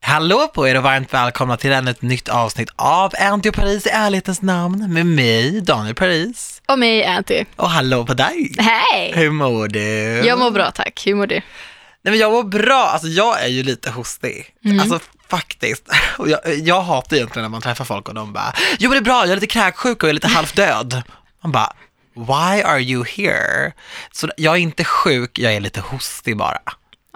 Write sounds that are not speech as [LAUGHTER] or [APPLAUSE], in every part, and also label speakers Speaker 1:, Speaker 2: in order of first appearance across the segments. Speaker 1: Hallå på er och varmt välkomna till ännu ett nytt avsnitt av Anty och Paris i ärlighetens namn med mig, Daniel Paris.
Speaker 2: Och mig, Anty.
Speaker 1: Och hallå på
Speaker 2: [LAUGHS]
Speaker 1: dig!
Speaker 2: Hej!
Speaker 1: Hur mår du?
Speaker 2: Jag mår bra tack. Hur mår du?
Speaker 1: Nej, men jag mår bra, alltså jag är ju lite hostig.
Speaker 2: Mm.
Speaker 1: Alltså faktiskt. [LAUGHS] Och jag, jag hatar egentligen när man träffar folk och de bara, jo men det är bra, jag är lite kräksjuk och jag är lite halvdöd. Man bara, why are you here? Så jag är inte sjuk, jag är lite hostig bara.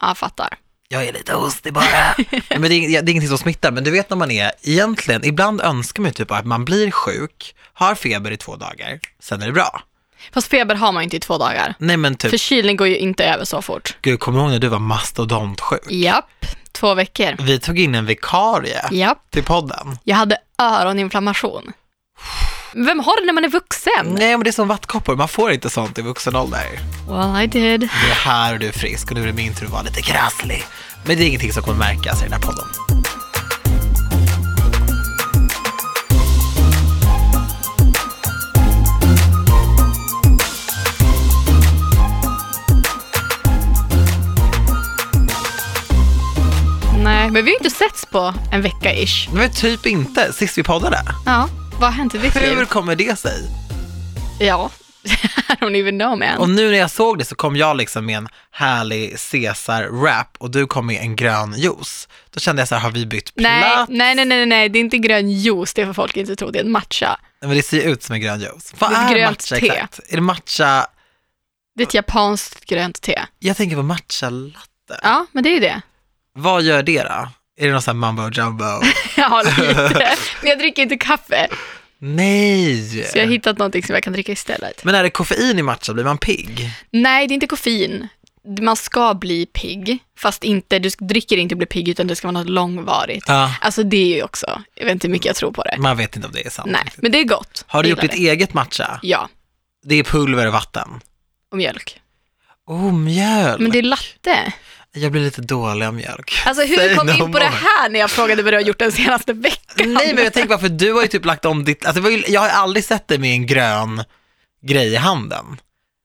Speaker 2: Ja, fattar.
Speaker 1: jag är lite hostig bara. Nej, men det, är, det är ingenting som smittar, men du vet när man är, egentligen, ibland önskar man ju typ att man blir sjuk, har feber i två dagar, sen är det bra.
Speaker 2: Fast feber har man ju inte i två dagar.
Speaker 1: Nej men typ,
Speaker 2: Förkylning går ju inte över så fort.
Speaker 1: gud kommer du ihåg när du var mastodontsjuk?
Speaker 2: Japp, två veckor.
Speaker 1: Vi tog in en vikarie
Speaker 2: Japp,
Speaker 1: till podden.
Speaker 2: jag hade öroninflammation. Vem har det när man är vuxen?
Speaker 1: Nej men det är som vattkoppor, man får inte sånt i vuxen ålder.
Speaker 2: Well, I did.
Speaker 1: Du är här och du är frisk och nu är det min tur att vara lite krasslig. Men det är ingenting som kommer märkas i den här podden.
Speaker 2: Nej, men vi har ju inte setts på en vecka-ish.
Speaker 1: Men typ inte, sist vi poddade.
Speaker 2: Ja, vad har hänt i ditt
Speaker 1: Hur
Speaker 2: liv?
Speaker 1: kommer det sig?
Speaker 2: Ja, [LAUGHS] I don't even know man.
Speaker 1: Och nu när jag såg det så kom jag liksom med en härlig Caesar-wrap och du kom med en grön juice. Då kände jag så här, har vi bytt
Speaker 2: Nej,
Speaker 1: plats?
Speaker 2: nej, nej, nej, nej, det är inte grön juice, det får folk inte tro, det är en matcha.
Speaker 1: Men det ser ju ut som en grön juice. Vad
Speaker 2: Det är ett
Speaker 1: är
Speaker 2: grönt
Speaker 1: matcha
Speaker 2: te.
Speaker 1: exakt? Är det matcha?
Speaker 2: Det är ett japanskt grönt te.
Speaker 1: Jag tänker på matcha latte.
Speaker 2: Ja, men det är ju det.
Speaker 1: Vad gör det då? Är det någon sån här mambo
Speaker 2: [LAUGHS]
Speaker 1: jumbo?
Speaker 2: Ja,
Speaker 1: [LAUGHS]
Speaker 2: lite. Men jag dricker inte kaffe,
Speaker 1: Nej!
Speaker 2: så jag har hittat någonting som jag kan dricka istället.
Speaker 1: Men är det koffein i matcha, blir man pigg?
Speaker 2: Nej, det är inte koffein. Man ska bli pigg, fast inte, du dricker inte och blir pigg, utan det ska vara något långvarigt.
Speaker 1: Ja,
Speaker 2: Alltså det är ju också, jag vet inte hur mycket jag tror på det.
Speaker 1: man vet inte om det är sant.
Speaker 2: Nej,
Speaker 1: riktigt.
Speaker 2: men det är gott.
Speaker 1: Har du
Speaker 2: Jag
Speaker 1: gjort ditt
Speaker 2: gillar
Speaker 1: eget matcha?
Speaker 2: det. Ja,
Speaker 1: Det är pulver och vatten.
Speaker 2: och mjölk.
Speaker 1: Oh, mjölk.
Speaker 2: Men det är latte.
Speaker 1: Jag blir lite dålig av mjölk.
Speaker 2: Alltså hur
Speaker 1: Säg
Speaker 2: kom vi
Speaker 1: no
Speaker 2: in på det
Speaker 1: more.
Speaker 2: här när jag frågade vad du har gjort den senaste veckan?
Speaker 1: Nej men jag tänker bara för du har ju typ lagt om ditt, alltså det var ju, jag har aldrig sett dig med en grön grej i handen.
Speaker 2: [LAUGHS]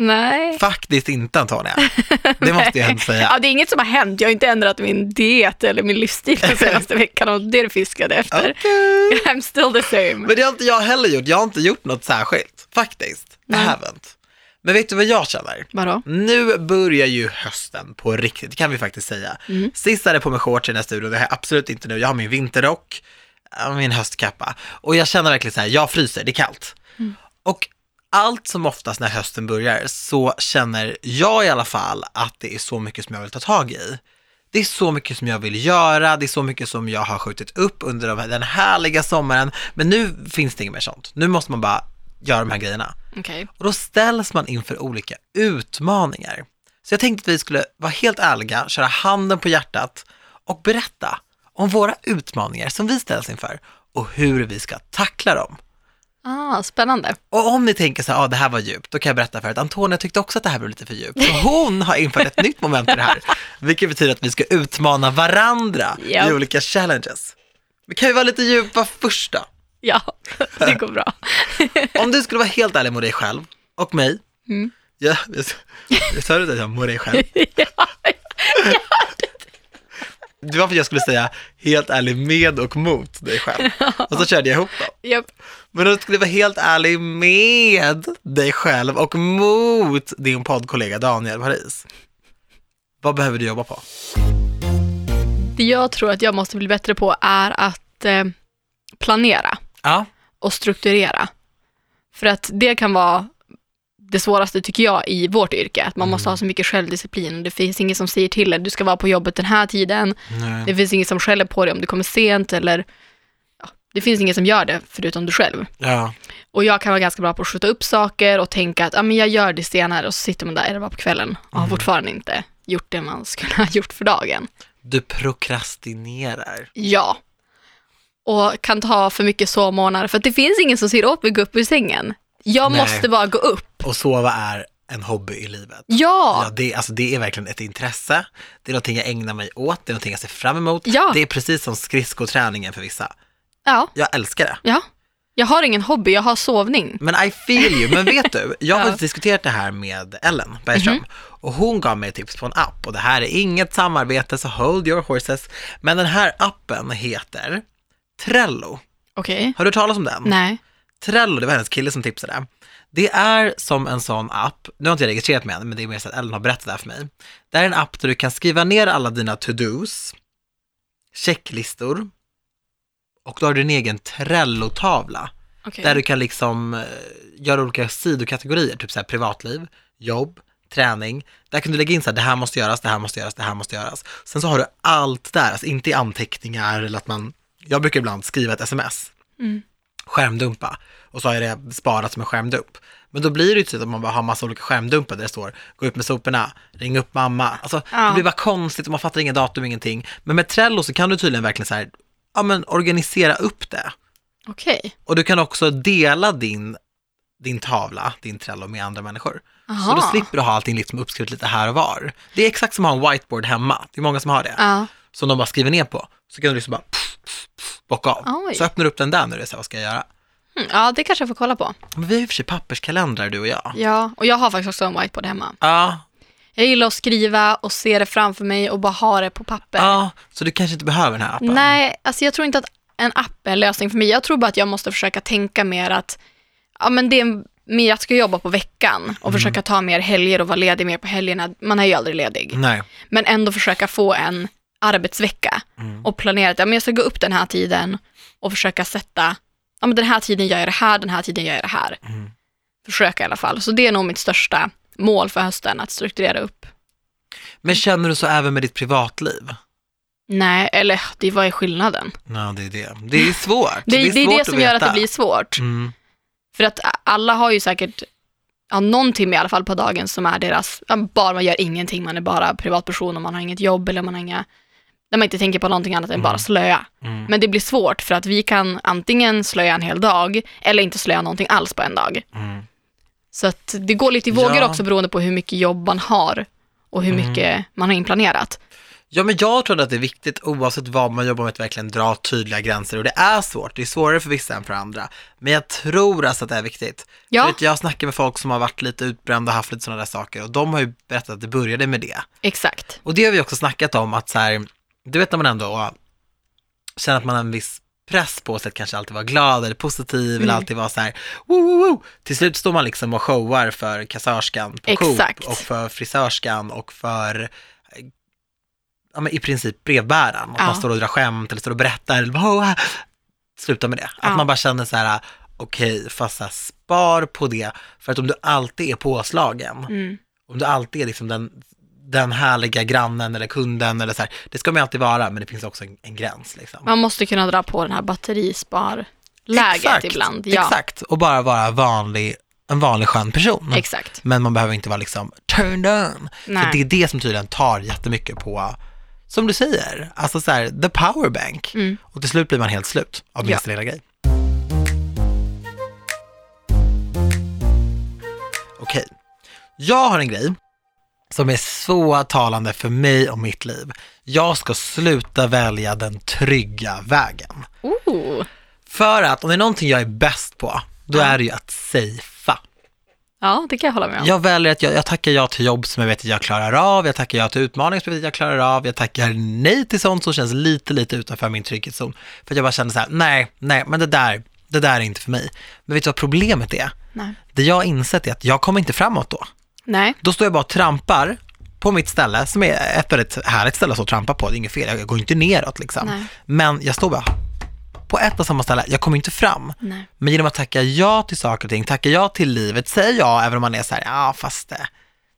Speaker 2: Nej.
Speaker 1: Faktiskt inte
Speaker 2: [LAUGHS]
Speaker 1: Antonia. Det måste jag ändå säga.
Speaker 2: Ja, det är inget som har hänt. Jag har inte ändrat min diet eller min livsstil
Speaker 1: [LAUGHS]
Speaker 2: den senaste veckan och det är det fiskade efter.
Speaker 1: Okej.
Speaker 2: [LAUGHS] I'm still the same.
Speaker 1: Men det har inte jag heller gjort, jag har inte gjort något särskilt. Faktiskt. I
Speaker 2: Nej.
Speaker 1: haven't. Men vet du vad jag känner?
Speaker 2: Vadå?
Speaker 1: Nu börjar ju hösten på riktigt, det kan vi faktiskt säga. Sist hade jag på mig shorts i den här studion, det har jag absolut inte nu. Jag har min vinterrock, äh, min höstkappa och jag känner verkligen så här, jag fryser, det är kallt. Och allt som oftast när hösten börjar så känner jag i alla fall att det är så mycket som jag vill ta tag i. Det är så mycket som jag vill göra, det är så mycket som jag har skjutit upp under de här, den härliga sommaren. Men nu finns det inget mer sånt. Nu måste man bara göra de här grejerna.
Speaker 2: Okej.
Speaker 1: Och då ställs man inför olika utmaningar. Så jag tänkte att vi skulle vara helt ärliga, köra handen på hjärtat och berätta om våra utmaningar som vi ställs inför och hur vi ska tackla dem.
Speaker 2: Ah, spännande.
Speaker 1: Och om ni tänker så här, ah, det här var djupt, då kan jag berätta för er att Antonia tyckte också att det här blev lite för djupt. Så hon har infört ett nytt moment i det här, vilket betyder att vi ska utmana varandra i
Speaker 2: Japp.
Speaker 1: olika challenges. Men kan vi vara lite djupa först då?
Speaker 2: Ja, [LAUGHS] det går bra. [LAUGHS]
Speaker 1: Om du skulle vara helt ärlig mot dig själv och mig.
Speaker 2: Mm.
Speaker 1: Ja, jag sa- jag sa det att jag mot dig
Speaker 2: [LAUGHS]
Speaker 1: själv? Det var för att jag skulle säga helt ärlig med och mot dig
Speaker 2: [LAUGHS]
Speaker 1: själv. Och så körde jag ihop dem.
Speaker 2: Japp.
Speaker 1: Men om du skulle vara helt ärlig med dig själv och mot din poddkollega Daniel Paris. Vad behöver du jobba på?
Speaker 2: Det jag tror att jag måste bli bättre på är att eh, planera
Speaker 1: Ja.
Speaker 2: och strukturera. För att det kan vara det svåraste tycker jag i vårt yrke, att man måste ha så mycket självdisciplin och det finns ingen som säger till dig, du ska vara på jobbet den här tiden,
Speaker 1: Mm.
Speaker 2: det finns ingen som skäller på dig om du kommer sent eller ja, det finns ingen som gör det förutom du själv.
Speaker 1: Ja.
Speaker 2: Och jag kan vara ganska bra på att skjuta upp saker och tänka att ah, men jag gör det senare och så sitter man där, är det bara på kvällen och
Speaker 1: Mm.
Speaker 2: har fortfarande inte gjort det man skulle ha [LAUGHS] gjort för dagen.
Speaker 1: Du prokrastinerar.
Speaker 2: Ja. Och kan ta för mycket sovmorgnar för att det finns ingen som säger åt mig att gå upp ur sängen. Jag
Speaker 1: Nej.
Speaker 2: måste bara gå upp.
Speaker 1: Och sova är en hobby i livet. Ja,
Speaker 2: Ja,
Speaker 1: det, alltså det är verkligen ett intresse. Det är någonting jag ägnar mig åt, det är någonting jag ser fram emot.
Speaker 2: Ja.
Speaker 1: Det är precis som skridskoträningen för vissa.
Speaker 2: ja,
Speaker 1: Jag älskar det.
Speaker 2: ja. Jag har ingen hobby, jag har sovning.
Speaker 1: Men I feel you. Men vet
Speaker 2: [LAUGHS]
Speaker 1: du, jag har
Speaker 2: Ja. Mhm.
Speaker 1: faktiskt diskuterat det här med Ellen Bergström och hon gav mig tips på en app och det här är inget samarbete så hold your horses. Men den här appen heter Trello.
Speaker 2: Okej.
Speaker 1: Har du hört talas om den?
Speaker 2: Mm. Nej.
Speaker 1: Trello, det var hennes kille som tipsade. Det är som en sån app, nu har inte jag registrerat mig än, men det är mer så att Ellen har berättat det här för mig. Det här är en app där du kan skriva ner alla dina to-dos, checklistor och då har du din egen Trello-tavla.
Speaker 2: Okej.
Speaker 1: Där du kan liksom eh, göra olika sidokategorier, typ så här privatliv, jobb, träning. Där kan du lägga in så här, det här måste göras, det här måste göras, det här måste göras. Sen så har du allt där, alltså inte i anteckningar eller att man, jag brukar ibland skriva ett sms,
Speaker 2: Mm.
Speaker 1: skärmdumpa, och så har jag det sparat som en skärmdump. Men då blir det ju typ att man bara har massa olika skärmdumpar där det står, gå ut med soporna, ring upp mamma. Alltså
Speaker 2: Ja.
Speaker 1: det blir bara konstigt och man fattar inga datum, ingenting. Men med Trello så kan du tydligen verkligen så här, ja men organisera upp det.
Speaker 2: Okej.
Speaker 1: Och du kan också dela din, din tavla, din Trello, med andra människor. Så
Speaker 2: Aha.
Speaker 1: då slipper du ha allting liksom uppskrivet lite här och var. Det är exakt som att ha en whiteboard hemma. Det är många som har det.
Speaker 2: Ja.
Speaker 1: Som de bara skriver ner på. Så kan du liksom bara pff, pff, pff, bocka av.
Speaker 2: Oj.
Speaker 1: Så öppnar du upp den där när du är så här, vad ska jag göra?
Speaker 2: Mm, ja, det kanske jag får kolla på.
Speaker 1: Men vi har ju i och för sig papperskalendrar du och jag.
Speaker 2: Ja, och jag har faktiskt också en whiteboard hemma.
Speaker 1: Ja,
Speaker 2: Jag gillar att skriva och se det framför mig och bara ha det på papper.
Speaker 1: ja, så du kanske inte behöver den här appen.
Speaker 2: Nej, alltså jag tror inte att en app är en lösning för mig. Jag tror bara att jag måste försöka tänka mer att ja, men det är en- mer jag ska jobba på veckan
Speaker 1: Mm.
Speaker 2: och försöka ta mer helger och vara ledig mer på helgerna. Man är ju aldrig ledig.
Speaker 1: Nej.
Speaker 2: Men ändå försöka få en arbetsvecka
Speaker 1: Mm.
Speaker 2: och planera att ja, men jag ska gå upp den här tiden och försöka sätta, ja men den här tiden gör jag det här, den här tiden gör jag det här.
Speaker 1: Mm.
Speaker 2: Försöka i alla fall. Så det är nog mitt största mål för hösten, att strukturera upp.
Speaker 1: Men känner du så även med ditt privatliv?
Speaker 2: Nej, eller det, vad är skillnaden?
Speaker 1: Ja, det är det. Det är svårt.
Speaker 2: Det, det, är
Speaker 1: svårt
Speaker 2: det som gör att det
Speaker 1: veta.
Speaker 2: blir svårt.
Speaker 1: Mm.
Speaker 2: För att a- alla har ju säkert ja, någon timme i alla fall på dagen som är deras, ja, bara man gör ingenting, man är bara privatperson och man har inget jobb eller man har inga, där man inte tänker på någonting annat än bara slöa.
Speaker 1: Mm.
Speaker 2: Men det blir svårt för att vi kan antingen slöja en hel dag eller inte slöja någonting alls på en dag.
Speaker 1: Mm.
Speaker 2: Så att det går lite i vågor
Speaker 1: Ja. Mm.
Speaker 2: också beroende på hur mycket jobb man har och hur mycket man har inplanerat.
Speaker 1: Ja, men jag tror att det är viktigt oavsett vad man jobbar med att verkligen dra tydliga gränser och det är svårt. Det är svårare för vissa än för andra. Men jag tror alltså att det är viktigt.
Speaker 2: Ja.
Speaker 1: För att jag snackar med folk som har varit lite utbrända och haft lite sådana där saker och de har ju berättat att det började med det.
Speaker 2: Exakt.
Speaker 1: Och det har vi också snackat om att så här, du vet när man ändå känner att man har en viss press på sig att kanske alltid vara glad eller positiv
Speaker 2: Mm.
Speaker 1: eller alltid vara så här, woo, woo, woo. till slut står man liksom och showar för kassörskan på
Speaker 2: Exakt.
Speaker 1: Coop och för frisörskan och för eh, ja, men i princip brevbäraren. Att
Speaker 2: Ja.
Speaker 1: man står och drar skämt eller står och berättar, eller, "Wow, wow." sluta med det. Att
Speaker 2: Ja.
Speaker 1: man bara känner så här, okej, fast så här, spar på det, för att om du alltid är påslagen,
Speaker 2: Mm.
Speaker 1: om du alltid är liksom den, den härliga grannen eller kunden eller så här, det ska man ju alltid vara, men det finns också en, en gräns liksom.
Speaker 2: Man måste kunna dra på den här batterispar-läget
Speaker 1: Exakt,
Speaker 2: ibland. Ja.
Speaker 1: Exakt, och bara vara vanlig, en vanlig skön person.
Speaker 2: Exakt.
Speaker 1: Men man behöver inte vara liksom turned on.
Speaker 2: Nej.
Speaker 1: För det är det som tydligen tar jättemycket på, som du säger, alltså så här, the powerbank.
Speaker 2: Mm.
Speaker 1: Och till slut blir man helt slut av minsta lilla grej. Okej, jag har en grej som är så talande för mig och mitt liv. Jag ska sluta välja den trygga vägen.
Speaker 2: Oh.
Speaker 1: För att om det är någonting jag är bäst på, då är det ju att safea.
Speaker 2: Ja, det kan jag hålla med om.
Speaker 1: Jag väljer att jag, jag tackar ja till jobb som jag vet att jag klarar av, jag tackar ja till utmaningar som jag vet att jag klarar av, jag tackar nej till sånt som känns lite, lite utanför min trygghetszon. För att jag bara känner så här, nej, nej, men det där, det där är inte för mig. Men vet du vad problemet är?
Speaker 2: Nej.
Speaker 1: Det jag har insett är att jag kommer inte framåt då.
Speaker 2: Nej.
Speaker 1: Då står jag bara och trampar på mitt ställe, som är ett väldigt härligt ställe att stå och trampa på, det är inget fel, jag går inte neråt liksom.
Speaker 2: Nej.
Speaker 1: Men jag står bara på ett och samma ställe, jag kommer inte fram.
Speaker 2: Nej.
Speaker 1: Men genom att tacka ja till saker och ting, tacka ja till livet, säger jag, även om man är så här, ja fast det,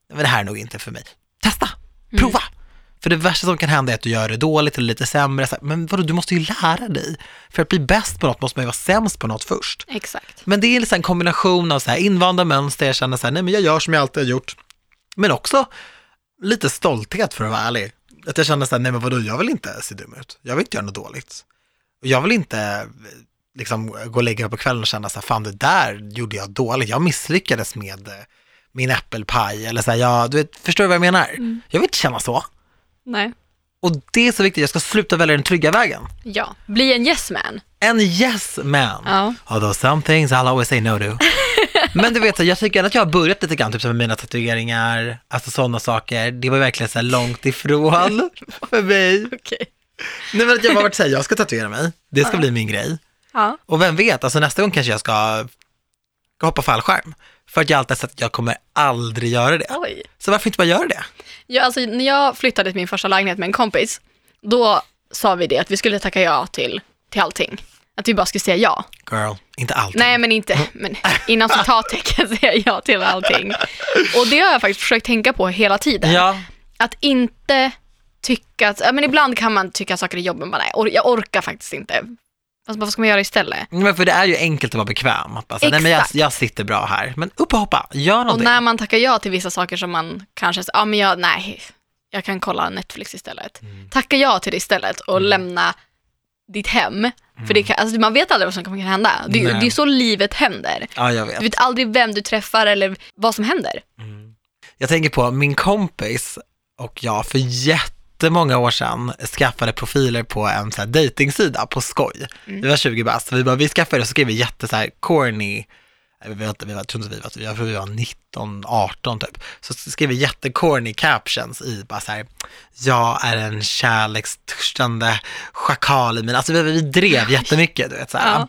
Speaker 1: men det här är nog inte för mig. Testa, prova! För det värsta som kan hända är att du gör det dåligt eller lite sämre, så här, men vadå, du måste ju lära dig. För att bli bäst på något måste man ju vara sämst på något först.
Speaker 2: Exakt.
Speaker 1: Men det är liksom en kombination av så här invanda mönster, jag känner så här, nej men jag gör som jag alltid har gjort. Men också lite stolthet för att vara ärlig. Att jag känner så här, nej men vadå, jag vill inte se dum ut. Jag vill inte göra något dåligt. Och jag vill inte eh, liksom gå och lägga mig på kvällen och känna så här, fan det där gjorde jag dåligt. Jag misslyckades med eh, min äppelpaj eller så här, jag, du vet, förstår du vad jag menar? Jag vill inte känna så.
Speaker 2: Nej.
Speaker 1: Och det är så viktigt, jag ska sluta välja den trygga vägen.
Speaker 2: Ja, bli en yes man.
Speaker 1: En yes man.
Speaker 2: Ja.
Speaker 1: Although some things I'll always say no
Speaker 2: [LAUGHS]
Speaker 1: to. Men du vet, så jag tycker ändå att jag har börjat lite grann typ så med mina tatueringar, alltså sådana saker. Det var verkligen så här långt
Speaker 2: [LAUGHS]
Speaker 1: ifrån för mig.
Speaker 2: Okej.
Speaker 1: Nej men att jag har varit såhär, jag ska tatuera mig, det ska bli min grej.
Speaker 2: Ja.
Speaker 1: Och vem vet, alltså nästa gång kanske jag ska, ska hoppa fallskärm. För att jag alltid har sett att jag kommer aldrig göra det.
Speaker 2: Oj.
Speaker 1: Så varför inte bara göra det?
Speaker 2: Ja, alltså, när jag flyttade till min första lägenhet med en kompis, då sa vi det att vi skulle tacka ja till, till allting. Att vi bara skulle säga ja.
Speaker 1: Girl, inte alltid.
Speaker 2: Nej, men inte men innan citattecken säga ja till allting. Och det har jag faktiskt försökt tänka på hela tiden.
Speaker 1: Ja,
Speaker 2: Att inte tycka att, ja, men ibland kan man tycka att saker är jobbiga, men bara, nej, or- jag orkar faktiskt inte. Fast vad ska man göra istället?
Speaker 1: men för det är ju enkelt att vara bekväm. Att bara, säga, nej men jag,
Speaker 2: Exakt.
Speaker 1: jag sitter bra här. Men upp och hoppa, gör
Speaker 2: Och
Speaker 1: någonting.
Speaker 2: när man tackar ja till vissa saker som man kanske, ja men jag, nej, jag kan kolla Netflix istället.
Speaker 1: Mm.
Speaker 2: Tacka ja till det istället och lämna ditt hem. För det kan, alltså, man vet aldrig vad som kommer kunna hända. Det, är ju-
Speaker 1: Mm. Nej.
Speaker 2: det är så livet händer.
Speaker 1: Ja, jag
Speaker 2: Du
Speaker 1: vet.
Speaker 2: vet aldrig vem du träffar eller vad som händer.
Speaker 1: Jag tänker på min kompis och jag för jättemånga år sedan skaffade profiler på en så här dejtingsida på skoj. Vi var 20 bast, vi bara vi skaffade det så skrev vi jätte så här corny, jag, vet inte, vi var, jag tror inte vi var, jag tror vi var 19, 18 typ. Så skrev vi jättecorny captions i bara så här, jag är en kärlekstörstande schakal i min, alltså vi, vi drev jättemycket du vet så här.
Speaker 2: Ja.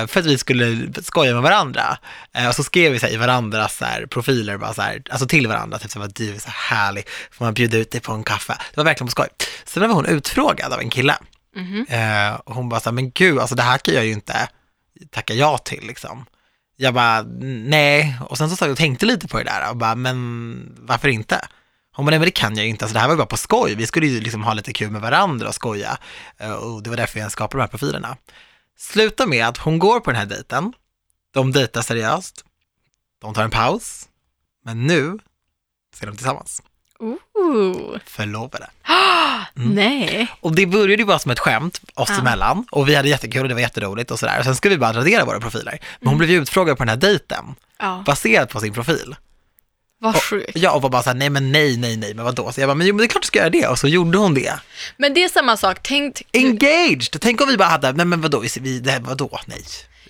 Speaker 1: Eh, för att vi skulle skoja med varandra. Eh, och så skrev vi så här, i varandras så här, profiler, bara så här, alltså till varandra, typ så här, du är så här härlig, får man bjuda ut dig på en kaffe? Det var verkligen på skoj. Sen var hon utfrågad av en kille. Eh, och hon bara så här, men gud, alltså det här kan jag ju inte tacka ja till liksom. Jag bara, nej. Och sen så sa jag och tänkte lite på det där och bara, men varför inte? Hon bara, nej men det kan jag ju inte, alltså det här var ju bara på skoj. Vi skulle ju liksom ha lite kul med varandra och skoja. Eh, och det var därför jag skapade de här profilerna. Sluta med att hon går på den här dejten, de dejtar seriöst, de tar en paus, men nu så är de tillsammans,
Speaker 2: [GASPS] Ooh.
Speaker 1: förlovade. Mm.
Speaker 2: Nej.
Speaker 1: Och det började ju bara som ett skämt oss
Speaker 2: Ja.
Speaker 1: emellan och vi hade jättekul och det var jätteroligt och sådär. Och sen skulle vi bara radera våra profiler. Men hon blev ju utfrågad på den här dejten
Speaker 2: Ja,
Speaker 1: baserat på sin profil.
Speaker 2: vad sjukt.
Speaker 1: Ja, och var bara såhär, nej men nej, nej, nej, men vadå? Så jag bara, men jo men det är klart du ska göra det. Och så gjorde hon det.
Speaker 2: Men det är samma sak, tänk,
Speaker 1: Engaged! Tänk om vi bara hade, nej men vadå, vi- vi, det här, vadå, nej.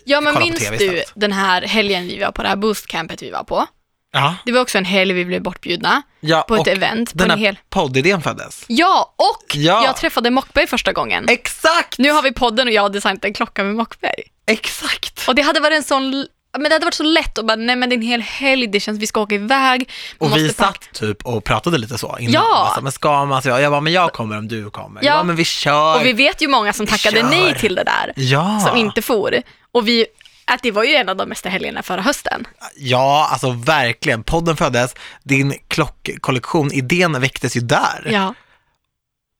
Speaker 2: ja men
Speaker 1: kolla på
Speaker 2: minns
Speaker 1: TV
Speaker 2: du
Speaker 1: istället.
Speaker 2: den här helgen vi var på, det här boostcampet vi var på?
Speaker 1: Ja,
Speaker 2: Det var också en helg vi blev bortbjudna
Speaker 1: ja
Speaker 2: på ett
Speaker 1: och
Speaker 2: event. På
Speaker 1: den
Speaker 2: en
Speaker 1: här
Speaker 2: hel...
Speaker 1: poddidén föddes.
Speaker 2: Ja, och
Speaker 1: Ja.
Speaker 2: jag träffade Mockberg första gången.
Speaker 1: Exakt!
Speaker 2: Nu har vi podden och jag har designat en klocka med Mockberg.
Speaker 1: Exakt!
Speaker 2: Och det hade varit en sån, men det hade varit så lätt att bara, nej men det är en hel helg, det känns, vi ska åka iväg. man
Speaker 1: Och vi
Speaker 2: måste packa.
Speaker 1: satt typ och pratade lite så innan.
Speaker 2: Ja.
Speaker 1: Alltså, men ska man? Så jag, jag bara, men jag kommer om du kommer.
Speaker 2: Ja.
Speaker 1: Ja, men vi kör.
Speaker 2: Och vi vet ju många som tackade
Speaker 1: Kör.
Speaker 2: nej till det där,
Speaker 1: Ja.
Speaker 2: som inte for. Och vi, att det var ju en av de bästa helgerna förra hösten.
Speaker 1: ja, alltså verkligen. Podden föddes, din klockkollektion, idén väcktes ju där.
Speaker 2: Ja.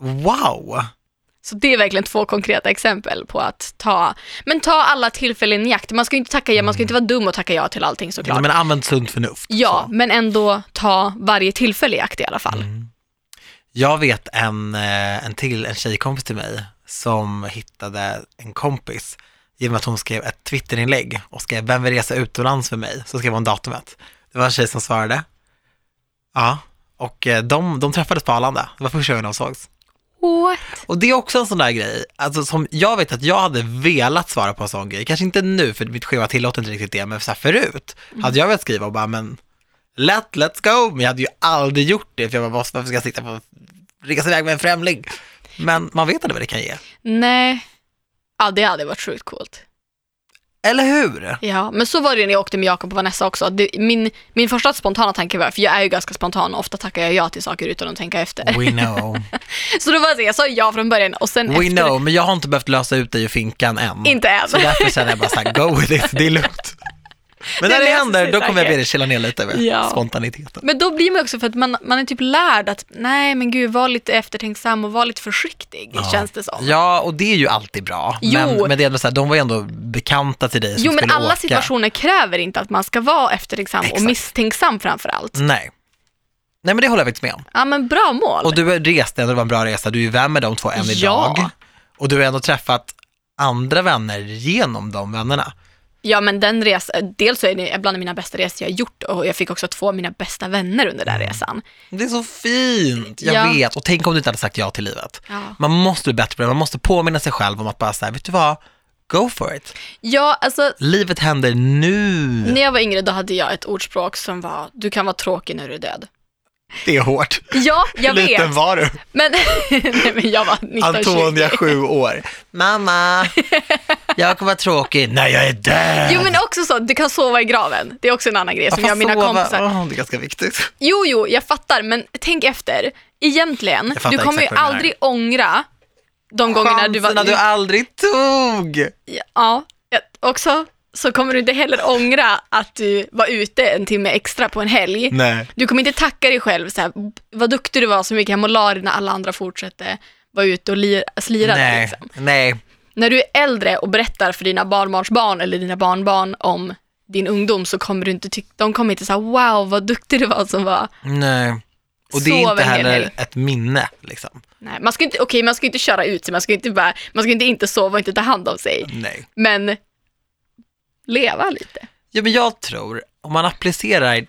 Speaker 1: Wow!
Speaker 2: Så det är verkligen två konkreta exempel på att ta, men ta alla tillfällen i akt. Man ska ju inte tacka ja, man ska ju inte vara dum och tacka ja till allting såklart.
Speaker 1: Mm. Men använd sunt förnuft. Så.
Speaker 2: Ja,
Speaker 1: Mm.
Speaker 2: men ändå ta varje tillfälle i akt i alla fall.
Speaker 1: Jag vet en, eh, en till, en tjejkompis till mig, som hittade en kompis genom att hon skrev ett Twitterinlägg och skrev “Vem vill resa utomlands för mig?” så skrev hon datumet. Det var en tjej som svarade. Ja, och eh, de, de träffades på Arlanda. Det var första gången de sågs.
Speaker 2: What?
Speaker 1: Och det är också en sån där grej, alltså som jag vet att jag hade velat svara på en sån grej, kanske inte nu för mitt schema tillåter inte riktigt det, men så här förut hade jag velat skriva och bara men let, let's go, men jag hade ju aldrig gjort det för jag bara "Vad- varför ska jag sitta på resa iväg med en främling? Men man vet aldrig vad det kan ge,
Speaker 2: Nej. Ja, det hade varit sjukt coolt.
Speaker 1: eller hur?
Speaker 2: Ja, men så var det ju när jag åkte med Jakob och Vanessa också. Det, min, min första spontana tanke var, för jag är ju ganska spontan och ofta tackar jag ja till saker utan att tänka efter.
Speaker 1: [LAUGHS] We know,
Speaker 2: [LAUGHS] Så då var det så, jag sa ja från början och sen
Speaker 1: we
Speaker 2: efter,
Speaker 1: know, men jag har inte behövt lösa ut dig ur finkan än.
Speaker 2: inte än.
Speaker 1: Så därför känner jag bara så här, go with it, det är
Speaker 2: [LAUGHS]
Speaker 1: lugnt. Men när
Speaker 2: Det
Speaker 1: det,
Speaker 2: löser
Speaker 1: händer,
Speaker 2: sig
Speaker 1: då kommer jag
Speaker 2: säkert.
Speaker 1: be dig chilla ner lite med
Speaker 2: Ja.
Speaker 1: spontaniteten.
Speaker 2: Men då blir man också för att man, man är typ lärd att, nej men gud, var lite eftertänksam och var lite försiktig, känns det som.
Speaker 1: Ja, och det är ju alltid bra.
Speaker 2: Jo.
Speaker 1: Men, men det är ändå så här, de var ju ändå bekanta till dig som
Speaker 2: Jo, men
Speaker 1: skulle
Speaker 2: alla
Speaker 1: åka.
Speaker 2: situationer kräver inte att man ska vara eftertänksam och
Speaker 1: Exakt.
Speaker 2: misstänksam framför allt.
Speaker 1: Nej. Nej, men det håller jag faktiskt med om.
Speaker 2: Ja, men bra mål.
Speaker 1: Och du reste ändå, det var en bra resa. Du är ju vän med de två än
Speaker 2: Ja.
Speaker 1: idag. Och du har ändå träffat andra vänner genom de vännerna.
Speaker 2: Ja men den resan, dels så är det bland mina bästa resor jag har gjort och jag fick också två av mina bästa vänner under den
Speaker 1: Mm.
Speaker 2: resan.
Speaker 1: Det är så fint, jag
Speaker 2: Ja.
Speaker 1: vet. Och tänk om du inte hade sagt ja till livet.
Speaker 2: Ja.
Speaker 1: Man måste bli bättre på det, man måste påminna sig själv om att bara säga, vet du vad, go for it.
Speaker 2: ja, alltså
Speaker 1: Livet händer nu.
Speaker 2: när jag var yngre då hade jag ett ordspråk som var, du kan vara tråkig när du är död.
Speaker 1: Det är hårt.
Speaker 2: Ja, jag
Speaker 1: Hur
Speaker 2: vet.
Speaker 1: liten var du?
Speaker 2: Men, [LAUGHS] nej, men jag var 19
Speaker 1: Antonia, sju år.
Speaker 2: [LAUGHS]
Speaker 1: Mamma, jag kommer vara tråkig när jag är död.
Speaker 2: Jo men också så, du kan sova i graven. Det är också en annan grej som jag och mina kompisar.
Speaker 1: Oh, det är ganska viktigt.
Speaker 2: Jo, jo, jag fattar, men tänk efter. Egentligen,
Speaker 1: Jag fattar
Speaker 2: du kommer ju
Speaker 1: exakt vad du menar.
Speaker 2: aldrig ångra de gångerna du var...
Speaker 1: Chanserna du aldrig tog.
Speaker 2: Ja, ja, också så kommer du inte heller ångra att du var ute en timme extra på en helg.
Speaker 1: Nej.
Speaker 2: Du kommer inte tacka dig själv så här, vad duktig du var som gick hem och la dig när alla andra fortsatte vara ute och lir, slirade.
Speaker 1: Nej.
Speaker 2: Liksom.
Speaker 1: Nej.
Speaker 2: När du är äldre och berättar för dina barnbarnsbarn eller dina barnbarn om din ungdom så kommer du inte tycka, de kommer inte säga wow vad duktig du var som var.
Speaker 1: Nej. Och det är
Speaker 2: Sov
Speaker 1: inte
Speaker 2: en hel
Speaker 1: heller
Speaker 2: helg.
Speaker 1: ett minne liksom.
Speaker 2: Nej, man ska inte, okej man ska inte köra ut sig, man ska inte, bara, man ska inte inte sova och inte ta hand om sig.
Speaker 1: Nej.
Speaker 2: Men leva lite.
Speaker 1: Ja, men jag tror, om man applicerar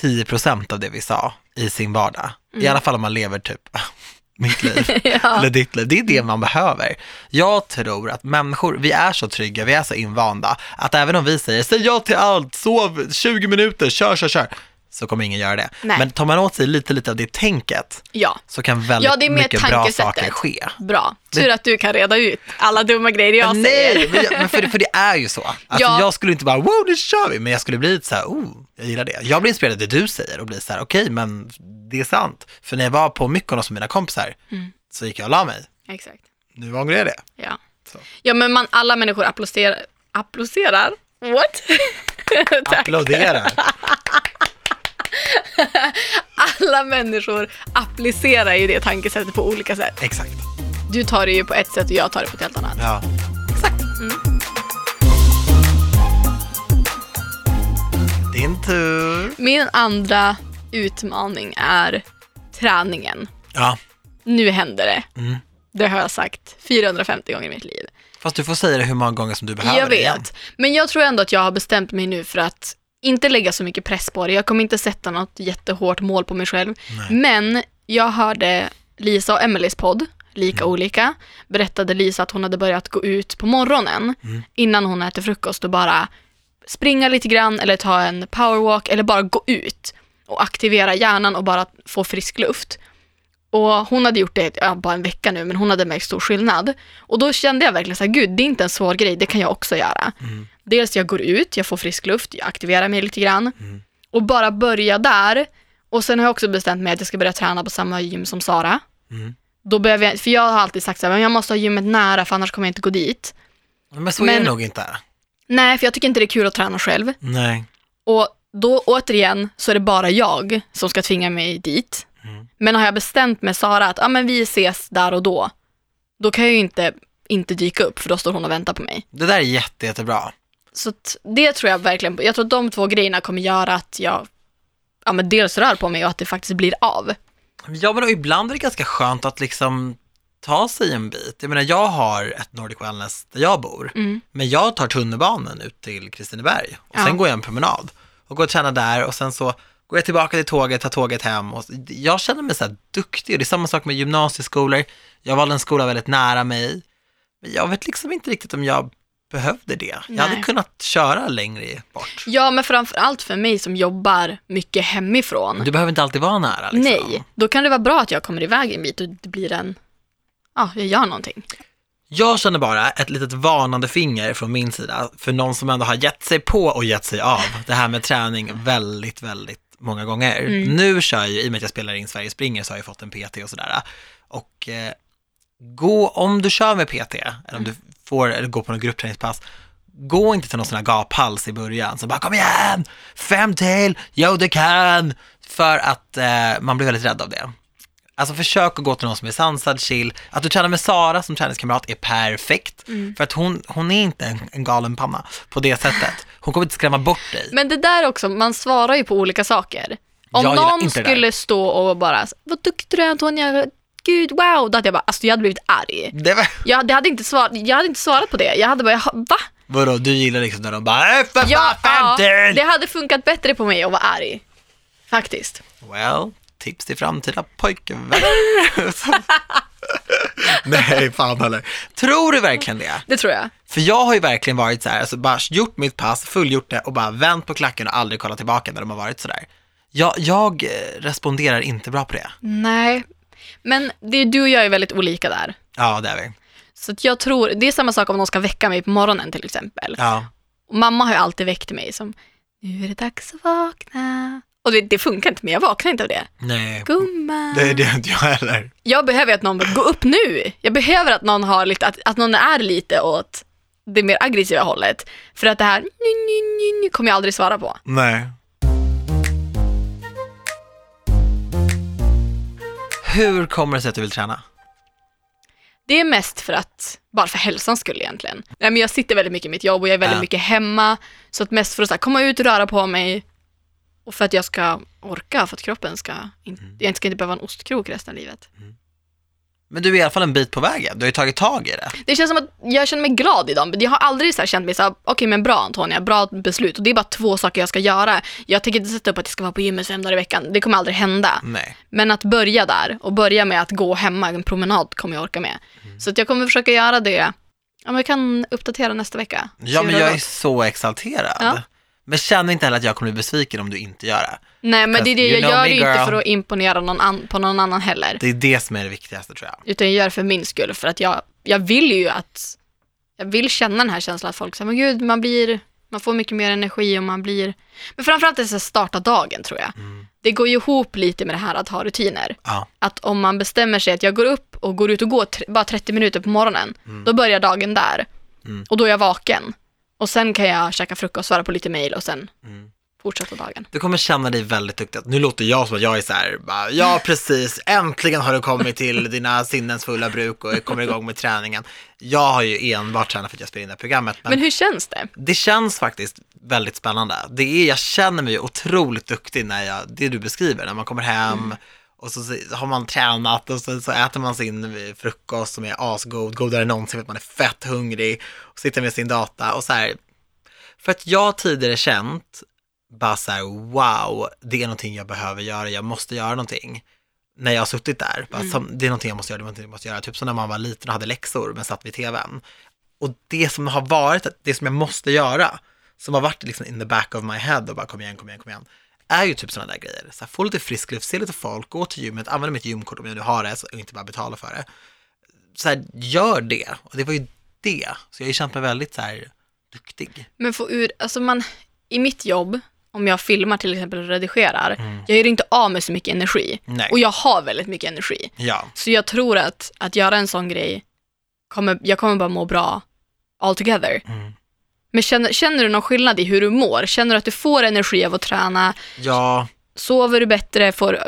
Speaker 1: 10% av det vi sa i sin vardag, i alla fall om man lever typ [LAUGHS] mitt liv,
Speaker 2: Mm. [LAUGHS] ja.
Speaker 1: eller ditt liv, det är det man behöver. Jag tror att människor, vi är så trygga, vi är så invanda, att även om vi säger säg ja till allt, sov 20 minuter, kör, kör, kör, så kommer ingen göra det.
Speaker 2: Nej.
Speaker 1: Men tar man åt sig lite, lite av det tänket,
Speaker 2: ja,
Speaker 1: så kan väldigt
Speaker 2: Ja, det är mer
Speaker 1: mycket bra
Speaker 2: tankesättet.
Speaker 1: saker ske.
Speaker 2: bra. Tur att du kan reda ut alla dumma grejer jag
Speaker 1: Nej,
Speaker 2: säger.
Speaker 1: men, jag, men för, för det är ju så. Alltså,
Speaker 2: Ja.
Speaker 1: Jag skulle inte bara, wow, nu kör vi, men jag skulle bli lite så här, oh, jag gillar det. Jag blir inspirerad av det du säger och blir så här, okej, men det är sant. För när jag var på Mykonos med mina kompisar
Speaker 2: Mm.
Speaker 1: så gick jag och la mig.
Speaker 2: [LAUGHS] Exakt.
Speaker 1: Nu ångrar jag det.
Speaker 2: Ja,
Speaker 1: Så.
Speaker 2: ja men man, alla människor applåderar. Applåderar? What? [LAUGHS] Tack.
Speaker 1: Applådera.
Speaker 2: alla människor applicerar ju det tankesättet på olika sätt.
Speaker 1: Exakt.
Speaker 2: Du tar det ju på ett sätt och jag tar det på ett helt annat.
Speaker 1: Ja. Exakt.
Speaker 2: Mm.
Speaker 1: Din tur.
Speaker 2: Min andra utmaning är träningen.
Speaker 1: Ja,
Speaker 2: Nu händer det.
Speaker 1: Mm.
Speaker 2: Det har jag sagt 450 gånger i mitt liv.
Speaker 1: fast du får säga det hur många gånger som du behöver
Speaker 2: Jag vet,
Speaker 1: igen.
Speaker 2: men jag tror ändå att jag har bestämt mig nu för att inte lägga så mycket press på det. Jag kommer inte sätta något jättehårt mål på mig själv.
Speaker 1: Nej.
Speaker 2: Men jag hörde Lisa och Emelies podd, Lika
Speaker 1: Mm.
Speaker 2: olika, berättade Lisa att hon hade börjat gå ut på morgonen
Speaker 1: Mm.
Speaker 2: innan hon äter frukost och bara springa lite grann eller ta en powerwalk eller bara gå ut och aktivera hjärnan och bara få frisk luft. Och hon hade gjort det ja, bara en vecka nu, men hon hade märkt stor skillnad. Och då kände jag verkligen så här, gud, det är inte en svår grej, det kan jag också göra. Dels jag går ut, jag får frisk luft, jag aktiverar mig lite grann. Och bara börja där. Och sen har jag också bestämt mig att jag ska börja träna på samma gym som Sara.
Speaker 1: Mm.
Speaker 2: Då behöver jag, för jag har alltid sagt så här, men jag måste ha gymmet nära för annars kommer jag inte gå dit.
Speaker 1: Men så är
Speaker 2: Men-
Speaker 1: det nog inte.
Speaker 2: Nej, för jag tycker inte det är kul att träna själv.
Speaker 1: Nej.
Speaker 2: Och då återigen så är det bara jag som ska tvinga mig dit.
Speaker 1: Mm.
Speaker 2: Men har jag bestämt med Sara att ah, men vi ses där och då, då kan jag ju inte, inte dyka upp för då står hon och väntar på mig.
Speaker 1: Det där är jätte, jättebra.
Speaker 2: Så att det tror jag verkligen, jag tror att de två grejerna kommer göra att jag ja, men dels rör på mig och att det faktiskt blir av.
Speaker 1: Ja, men och ibland är det ganska skönt att liksom ta sig en bit. Jag menar, jag har ett Nordic Wellness där jag bor,
Speaker 2: Mm.
Speaker 1: men jag tar tunnelbanan ut till Kristineberg och
Speaker 2: Ja.
Speaker 1: sen går jag en promenad och går och tränar där och sen så går jag tillbaka till tåget, tar tåget hem och jag känner mig så här duktig och det är samma sak med gymnasieskolor. Jag valde en skola väldigt nära mig, men jag vet liksom inte riktigt om jag behövde det. Jag hade
Speaker 2: Nej.
Speaker 1: kunnat köra längre bort.
Speaker 2: Ja, men framför allt för mig som jobbar mycket hemifrån.
Speaker 1: Du behöver inte alltid vara nära. Liksom.
Speaker 2: Nej, då kan det vara bra att jag kommer iväg en bit och det blir en, ja, jag gör någonting.
Speaker 1: Jag känner bara ett litet varnande finger från min sida för någon som ändå har gett sig på och gett sig av det här med träning väldigt, väldigt många gånger. Nu kör jag ju, i och med att jag spelar in Sverige springer så har jag fått en PT och sådär. Och eh, gå, om du kör med PT, eller om
Speaker 2: Mm.
Speaker 1: du får, eller går på någon gruppträningspass, gå inte till någon sån här gaphals i början som bara kom igen, fem till, jo du kan, för att eh, man blir väldigt rädd av det. Alltså försök att gå till någon som är sansad, chill. Att du tränar med Sara som träningskamrat är perfekt.
Speaker 2: Mm.
Speaker 1: För att hon, hon är inte en, en galen panna på det sättet. Hon kommer inte skrämma bort dig.
Speaker 2: Men det där också, man svarar ju på olika saker. Om
Speaker 1: Jag gillar
Speaker 2: någon
Speaker 1: inte det där.
Speaker 2: skulle stå och bara, vad duktig du är Antonija, gud wow, då hade jag bara, alltså jag hade blivit arg.
Speaker 1: Det var...
Speaker 2: Jag, det hade inte svar, jag hade inte svarat på det, jag hade bara, "Jaha, va?
Speaker 1: Vadå, du gillar liksom när de bara äh, för
Speaker 2: Ja,
Speaker 1: fan,
Speaker 2: ja,
Speaker 1: 15!
Speaker 2: det hade funkat bättre på mig att vara arg. Faktiskt.
Speaker 1: Well, tips till framtida pojkvänner. [LAUGHS] Nej, fan heller. Tror du verkligen det?
Speaker 2: Det tror jag.
Speaker 1: För jag har ju verkligen varit så här, alltså bara gjort mitt pass, fullgjort det och bara vänt på klacken och aldrig kollat tillbaka när de har varit sådär. Jag, jag eh, responderar inte bra på det.
Speaker 2: Nej. Men det, du och jag är väldigt olika där.
Speaker 1: Ja, det är vi.
Speaker 2: Så att jag tror, det är samma sak om någon ska väcka mig på morgonen till exempel.
Speaker 1: Ja.
Speaker 2: Och mamma har ju alltid väckt mig som, nu är det dags att vakna. Och det, det funkar inte, men jag vaknar inte av det.
Speaker 1: Nej,
Speaker 2: Gumman.
Speaker 1: det, det är inte jag heller.
Speaker 2: Jag behöver att någon bara, gå upp nu. Jag behöver att någon, har lite, att, att någon är lite åt det mer aggressiva hållet. För att det här, "Nj, nj, nj, nj", kommer jag aldrig svara på.
Speaker 1: Nej. Hur kommer det sig att du vill träna?
Speaker 2: Det är mest för att, bara för hälsans skull egentligen. Nej, men jag sitter väldigt mycket i mitt jobb och jag är väldigt
Speaker 1: Ja.
Speaker 2: mycket hemma. Så att mest för att så här, komma ut och röra på mig och för att jag ska orka, för att kroppen ska, in,
Speaker 1: Mm.
Speaker 2: jag ska inte behöva en ostkrok resten av livet.
Speaker 1: Men du är i alla fall en bit på vägen, du har ju tagit tag i det.
Speaker 2: Det känns som att jag känner mig glad idag, men jag har aldrig så här känt mig så här, okej men bra Antonia, bra beslut. Och det är bara två saker jag ska göra. Jag tänker inte sätta upp att jag ska vara på gymmet fem dagar i veckan, det kommer aldrig hända.
Speaker 1: Nej.
Speaker 2: Men att börja där och börja med att gå hemma, en promenad kommer jag orka med.
Speaker 1: Mm.
Speaker 2: Så att jag kommer försöka göra det. Ja, men jag kan uppdatera nästa vecka.
Speaker 1: Ja,
Speaker 2: Se
Speaker 1: men
Speaker 2: hur det har
Speaker 1: jag är
Speaker 2: gått.
Speaker 1: så exalterad.
Speaker 2: Ja.
Speaker 1: Men känner inte heller att jag kommer bli besviken om du inte gör det.
Speaker 2: Nej, men det är det,
Speaker 1: You
Speaker 2: jag
Speaker 1: know
Speaker 2: gör
Speaker 1: me,
Speaker 2: det ju inte
Speaker 1: girl.
Speaker 2: för att imponera någon an- på någon annan heller.
Speaker 1: Det är det som är det viktigaste tror jag.
Speaker 2: Utan jag gör det för min skull, för att jag, jag vill ju att, jag vill känna den här känslan att folk säger, men gud, man blir, man får mycket mer energi och man blir, men framförallt är det så här, starta dagen tror jag.
Speaker 1: Mm.
Speaker 2: Det går ju ihop lite med det här att ha rutiner.
Speaker 1: Ja.
Speaker 2: Att om man bestämmer sig att jag går upp och går ut och går tre, bara 30 minuter på morgonen, då börjar dagen där.
Speaker 1: Mm.
Speaker 2: Och då är jag vaken. Och sen kan jag käka frukost, svara på lite mejl och sen
Speaker 1: Mm.
Speaker 2: fortsätta dagen.
Speaker 1: Du kommer känna dig väldigt duktig. Nu låter jag som att jag är så här, bara, ja precis, äntligen har du kommit till dina sinnens fulla bruk och kommer igång med träningen. Jag har ju enbart tränat för att jag spelar in det här programmet. Men
Speaker 2: Men hur känns det?
Speaker 1: det känns faktiskt väldigt spännande. Det är, jag känner mig otroligt duktig när jag, det du beskriver, när man kommer hem och så se- har man tränat och så, så äter man sin frukost som är asgod, godare än någonsin för att man är fett hungrig och sitter med sin data och så här. För att jag har tidigare känt bara så här, wow, det är någonting jag behöver göra, jag måste göra någonting. När jag har suttit där, bara, som, det är någonting jag måste göra, det är någonting jag måste göra. Typ som när man var liten och hade läxor men satt vid tvn. Och det som har varit, det som jag måste göra, som har varit liksom in the back of my head och bara kom igen, kom igen, kom igen, är ju typ sådana där grejer. Så här, få lite frisk luft, se lite folk, gå till gymmet, använda mitt gymkort om jag nu har det så- och inte bara betala för det. Så här, gör det. Och det var ju det. Så jag har ju känt mig väldigt så här duktig.
Speaker 2: Men få ur, alltså man, i mitt jobb, om jag filmar till exempel och redigerar, jag gör inte av med så mycket energi.
Speaker 1: Mm. Nej.
Speaker 2: Och jag har väldigt mycket energi.
Speaker 1: Ja,
Speaker 2: Så jag tror att, att göra en sån grej, kommer, jag kommer bara må bra all together.
Speaker 1: Mm.
Speaker 2: Men känner, känner du någon skillnad i hur du mår? Känner du att du får energi av att träna?
Speaker 1: ja,
Speaker 2: Sover du bättre? Får,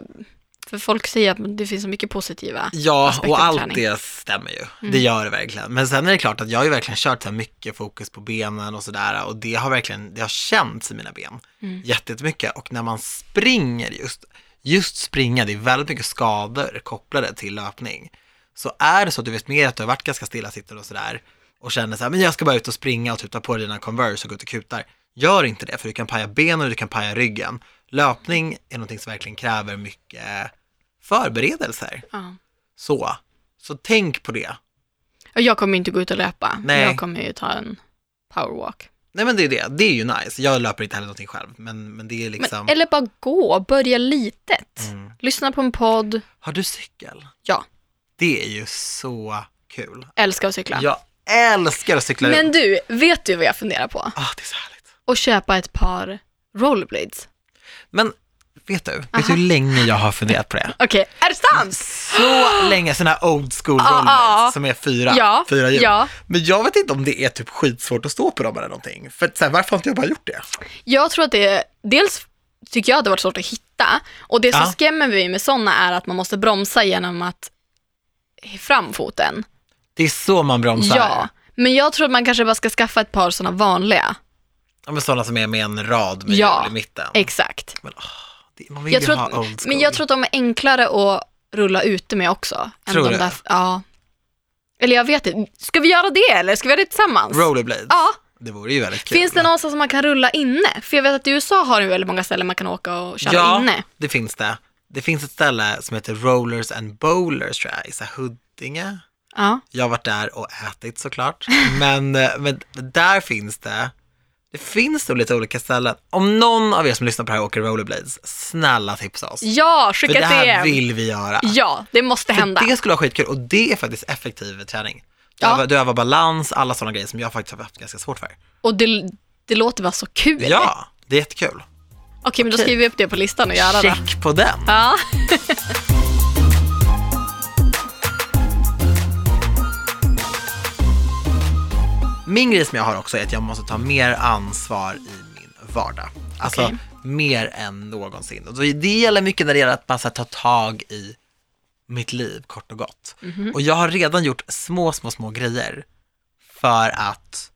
Speaker 2: för folk säger att det finns så mycket positiva.
Speaker 1: ja
Speaker 2: Aspekten
Speaker 1: och allt
Speaker 2: träning. Mm.
Speaker 1: det stämmer ju. Det gör det verkligen. Men sen är det klart att jag har ju verkligen kört så här mycket fokus på benen och sådär och det har verkligen, det har känts i mina ben
Speaker 2: Mm.
Speaker 1: jättemycket. Och när man springer just, just springa, det är väldigt mycket skador kopplade till löpning. Så är det så att du vet mer att du har varit ganska stillasittande och sådär och känner så här, men jag ska bara ut och springa och tuta på dig dina Converse och gå ut och kutar. Gör inte det, för du kan paja benen och du kan paja ryggen. Löpning är någonting som verkligen kräver mycket förberedelser.
Speaker 2: Ja.
Speaker 1: Så, så tänk på det.
Speaker 2: Och Jag kommer ju inte gå ut och löpa.
Speaker 1: Nej.
Speaker 2: Jag kommer ju ta en powerwalk.
Speaker 1: Nej men det är det, det är ju nice. Jag löper inte heller någonting själv, men, men det är
Speaker 2: Men,
Speaker 1: liksom...
Speaker 2: Eller bara gå, börja litet.
Speaker 1: Mm.
Speaker 2: Lyssna på en podd.
Speaker 1: Har du cykel?
Speaker 2: Ja,
Speaker 1: Det är ju så kul.
Speaker 2: älskar att cykla.
Speaker 1: Jag älskar att cykla
Speaker 2: Men
Speaker 1: runt.
Speaker 2: du, vet du vad jag funderar på?
Speaker 1: Ah, det är så härligt.
Speaker 2: Att köpa ett par rollerblades.
Speaker 1: Men vet du, vet du hur länge jag har funderat på det?
Speaker 2: Okej, är det sant?
Speaker 1: Så länge, sådana här old school
Speaker 2: Ja, ja.
Speaker 1: rollers som är fyra,
Speaker 2: Ah, Ja,
Speaker 1: fyra hjul.
Speaker 2: ja.
Speaker 1: Men jag vet inte om det är typ skitsvårt att stå på dem eller någonting. För att så här, varför har inte jag bara gjort det?
Speaker 2: Jag tror att det, dels tycker jag att det har varit svårt att hitta och det som
Speaker 1: Ja.
Speaker 2: skrämmer mig med sådana är att man måste bromsa genom att framfoten.
Speaker 1: Det är så man bromsar.
Speaker 2: Ja, men jag tror att man kanske bara ska skaffa ett par sådana vanliga.
Speaker 1: Ja, men sådana som är med en rad med
Speaker 2: Ja,
Speaker 1: hjul i mitten.
Speaker 2: Exakt.
Speaker 1: Men, åh, det, man vill
Speaker 2: Jag
Speaker 1: ju
Speaker 2: tror
Speaker 1: ha
Speaker 2: att,
Speaker 1: old school.
Speaker 2: men jag tror att de är enklare att rulla ute med också. än
Speaker 1: Tror
Speaker 2: de
Speaker 1: du?
Speaker 2: Där, ja. Eller jag vet inte. Ska vi göra det eller? Ska vi göra det tillsammans?
Speaker 1: Rollerblades.
Speaker 2: Ja,
Speaker 1: Det vore ju väldigt kul.
Speaker 2: Finns det någonstans som man kan rulla inne? För jag vet att i USA har du väldigt många ställen man kan åka och köra
Speaker 1: ja,
Speaker 2: inne.
Speaker 1: det finns det. Det finns ett ställe som heter Rollers and Bowlers tror jag, i så här Huddinge.
Speaker 2: Ja.
Speaker 1: Jag har varit där och ätit
Speaker 2: [LAUGHS]
Speaker 1: såklart. Men, eh, men där finns det, det finns nog lite olika ställen. Om någon av er som lyssnar på det här åker rollerblades, snälla tipsa oss.
Speaker 2: Ja,
Speaker 1: För det
Speaker 2: skicka
Speaker 1: här
Speaker 2: DM.
Speaker 1: vill vi göra.
Speaker 2: Ja, det måste hända.
Speaker 1: För det skulle vara skitkul och det är faktiskt effektiv träning. Du,
Speaker 2: Ja.
Speaker 1: övar, du övar balans, alla sådana grejer som jag faktiskt har haft ganska svårt för.
Speaker 2: Och det, det låter bara så kul.
Speaker 1: Ja, det är jättekul.
Speaker 2: Okej, men då skriver vi upp det på listan och gör det. då.
Speaker 1: Check på den.
Speaker 2: Ja.
Speaker 1: Min grej som jag har också är att jag måste ta mer ansvar i min vardag. Alltså
Speaker 2: Okej.
Speaker 1: mer än någonsin. Och det det gäller mycket när det gäller att man så här, tar tag i mitt liv kort och gott.
Speaker 2: Mhm.
Speaker 1: Och jag har redan gjort små, små, små grejer för att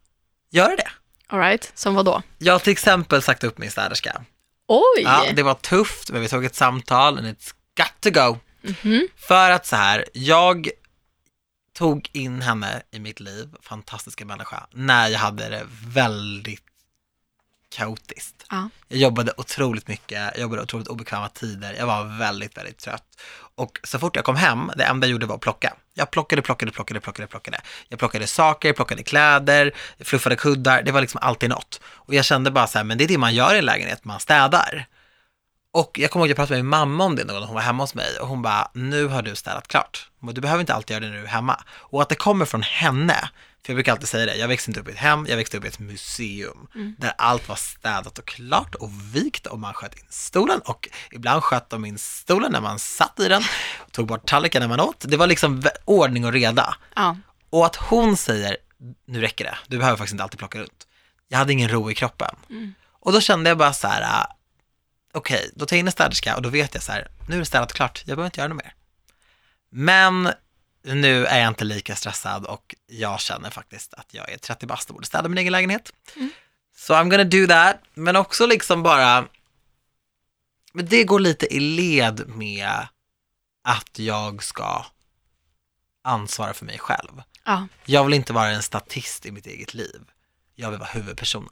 Speaker 1: göra det.
Speaker 2: All right. som vad då?
Speaker 1: Jag har till exempel sagt upp min städerska.
Speaker 2: Oj!
Speaker 1: Ja, det var tufft, men vi tog ett samtal and it's got to go. För att så här, jag tog in henne i mitt liv, fantastiska människa, när jag hade det väldigt kaotiskt.
Speaker 2: Ja.
Speaker 1: Jag jobbade otroligt mycket, jag jobbade otroligt obekväma tider, jag var väldigt, väldigt trött. Och så fort jag kom hem, det enda jag gjorde var att plocka. Jag plockade, plockade, plockade, plockade, plockade. Jag plockade saker, plockade kläder, fluffade kuddar, det var liksom alltid något. Och jag kände bara så här, men det är det man gör i en lägenhet, man städar. Och jag kommer ihåg att jag pratade med min mamma om det någon gång, hon var hemma hos mig och hon bara, nu har du städat klart. Hon bara, Du behöver inte alltid göra det när du är hemma. Och att det kommer från henne, för jag brukar alltid säga det, jag växte inte upp i ett hem, jag växte upp i ett museum där allt var städat och klart och vikt och man sköt in stolen och ibland sköt de in stolen när man satt i den, tog bort tallriken när man åt. Det var liksom vä- ordning och reda.
Speaker 2: Ja.
Speaker 1: Och att hon säger, nu räcker det, du behöver faktiskt inte alltid plocka runt. Jag hade ingen ro i kroppen. Och då kände jag bara så här, äh, okej, då tar jag in en städerska och då vet jag så här, nu är det städat klart, jag behöver inte göra något mer. Men nu är jag inte lika stressad och jag känner faktiskt att jag är 30 bast och borde städa min egen lägenhet. Så I'm gonna do that, men också liksom bara, men det går lite i led med att jag ska ansvara för mig själv.
Speaker 2: Ja.
Speaker 1: Jag vill inte vara en statist i mitt eget liv. Jag vill vara huvudpersonen.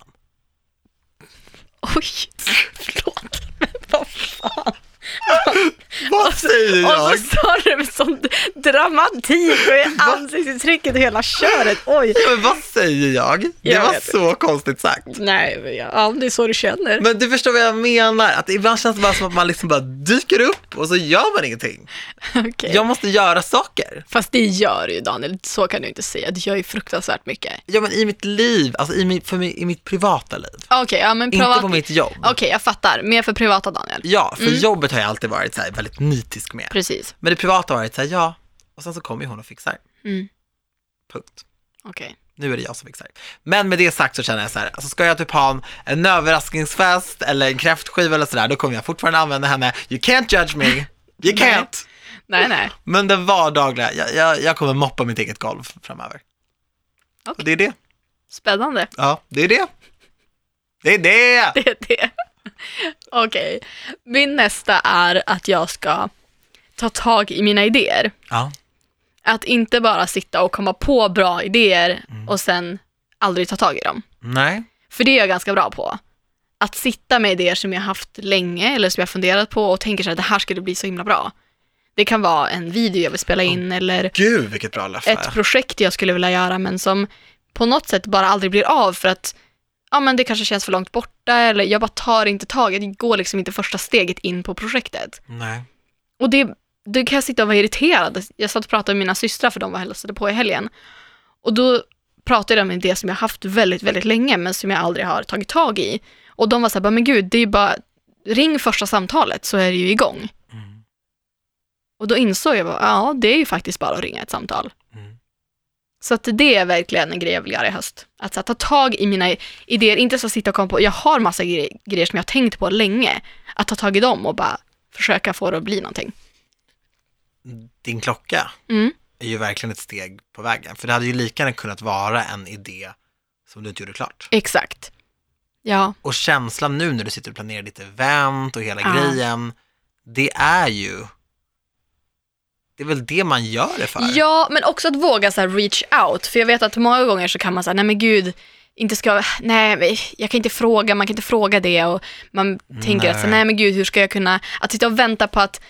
Speaker 2: Oj, [LAUGHS] förlåt. Men vad fan.
Speaker 1: Vad
Speaker 2: Alltså,
Speaker 1: säger
Speaker 2: Och så sa du med sån dramatik och i ansiktsuttrycket och hela köret. Oj.
Speaker 1: Ja, men vad säger jag? Det
Speaker 2: Jag
Speaker 1: var
Speaker 2: vet
Speaker 1: så konstigt sagt.
Speaker 2: Nej, men ja, ja, det är så du känner.
Speaker 1: Men du förstår vad jag menar, att ibland känns det bara som att man liksom bara dyker upp och så gör man ingenting.
Speaker 2: [LAUGHS] Okej.
Speaker 1: Jag måste göra saker.
Speaker 2: Fast det gör du ju Daniel, så kan du inte säga. Du gör ju fruktansvärt mycket.
Speaker 1: Ja men i mitt liv, alltså i, min, för mig, i mitt privata liv.
Speaker 2: Ah, Okej, ja men
Speaker 1: Inte
Speaker 2: privat...
Speaker 1: på mitt jobb.
Speaker 2: Okej, jag fattar. Mer för privata Daniel.
Speaker 1: Ja, för jobbet har jag alltid varit så här väldigt nitisk med.
Speaker 2: Precis.
Speaker 1: Men det privata har varit så här, ja, och sen så kommer ju hon och fixar.
Speaker 2: Mm.
Speaker 1: Punkt.
Speaker 2: Okej.
Speaker 1: nu är det jag som fixar. Men med det sagt så känner jag så här, alltså ska jag typ ha en, en överraskningsfest eller en kräftskiva eller sådär, då kommer jag fortfarande använda henne. You can't judge me, you can't.
Speaker 2: Nej, nej.
Speaker 1: Men den vardagliga, jag, jag, jag kommer moppa mitt eget golv framöver. Och
Speaker 2: Okej.
Speaker 1: det är det.
Speaker 2: Spännande. [LAUGHS]
Speaker 1: Ja, det är det. Det är det!
Speaker 2: Det är det. Okej. Min nästa är att jag ska ta tag i mina idéer.
Speaker 1: Ja,
Speaker 2: Att inte bara sitta och komma på bra idéer och sen aldrig ta tag i dem.
Speaker 1: nej.
Speaker 2: För det är jag ganska bra på. Att sitta med idéer som jag haft länge eller som jag funderat på och tänker så här, det här skulle bli så himla bra. Det kan vara en video jag vill spela in eller
Speaker 1: Gud vilket bra löfte.
Speaker 2: ett projekt jag skulle vilja göra men som på något sätt bara aldrig blir av för att ja, men det kanske känns för långt borta eller jag bara tar inte taget, jag går liksom inte första steget in på projektet.
Speaker 1: Nej.
Speaker 2: Och det, då kan jag sitta och vara irriterad. Jag satt och pratade med mina systrar för de var och hälsade på i helgen. Och då pratade de om det som jag haft väldigt, väldigt länge men som jag aldrig har tagit tag i. Och de var så här, bara, men gud, det är bara, ring första samtalet så är det ju igång.
Speaker 1: Mm.
Speaker 2: Och då insåg jag, bara, ja det är ju faktiskt bara att ringa ett samtal.
Speaker 1: Mm.
Speaker 2: Så att det är verkligen en grej jag vill göra i höst. Att så här, ta tag i mina idéer, inte så sitta och komma på, jag har massa gre- grejer som jag har tänkt på länge. Att ta tag i dem och bara försöka få det att bli någonting.
Speaker 1: Din klocka
Speaker 2: Mm.
Speaker 1: är ju verkligen ett steg på vägen, för det hade ju lika gärna kunnat vara en idé som du inte gjorde klart.
Speaker 2: Exakt. Ja,
Speaker 1: Och känslan nu när du sitter och planerar ditt event och hela
Speaker 2: Ja.
Speaker 1: grejen, det är ju, det är väl det man gör det för?
Speaker 2: ja men också att våga så här reach out. För jag vet att många gånger så kan man säga, nej men gud, inte ska, nej men jag kan inte fråga, man kan inte fråga det och man tänker att så,
Speaker 1: Nej.
Speaker 2: nej men gud hur ska jag kunna, att sitta och vänta på att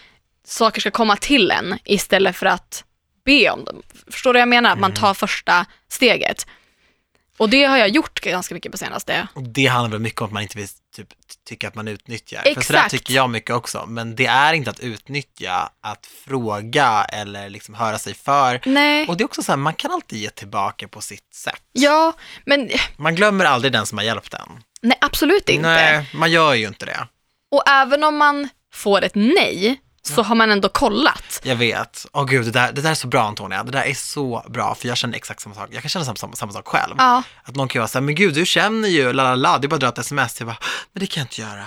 Speaker 2: saker ska komma till en istället för att be om dem. Förstår du vad jag menar? Att man
Speaker 1: Mm.
Speaker 2: tar första steget. Och det har jag gjort ganska mycket på senaste.
Speaker 1: Och det handlar väl mycket om att man inte vill typ, tycka att man utnyttjar. För så där
Speaker 2: Exakt.
Speaker 1: tycker jag mycket också. Men det är inte att utnyttja, att fråga eller liksom höra sig för.
Speaker 2: Nej,
Speaker 1: Och det är också så här, man kan alltid ge tillbaka på sitt sätt.
Speaker 2: ja, men
Speaker 1: Man glömmer aldrig den som har hjälpt en.
Speaker 2: nej absolut inte.
Speaker 1: Nej, man gör ju inte det.
Speaker 2: Och även om man får ett nej så har man ändå kollat.
Speaker 1: Jag vet. Åh gud, det där, det där är så bra Antonia. Det där är så bra, för jag känner exakt samma sak. Jag kan känna samma, samma, samma sak själv.
Speaker 2: Ja,
Speaker 1: Att någon kan vara såhär, men gud du känner ju, la la la, det är bara att dra ett sms. Jag bara, men det kan jag inte göra.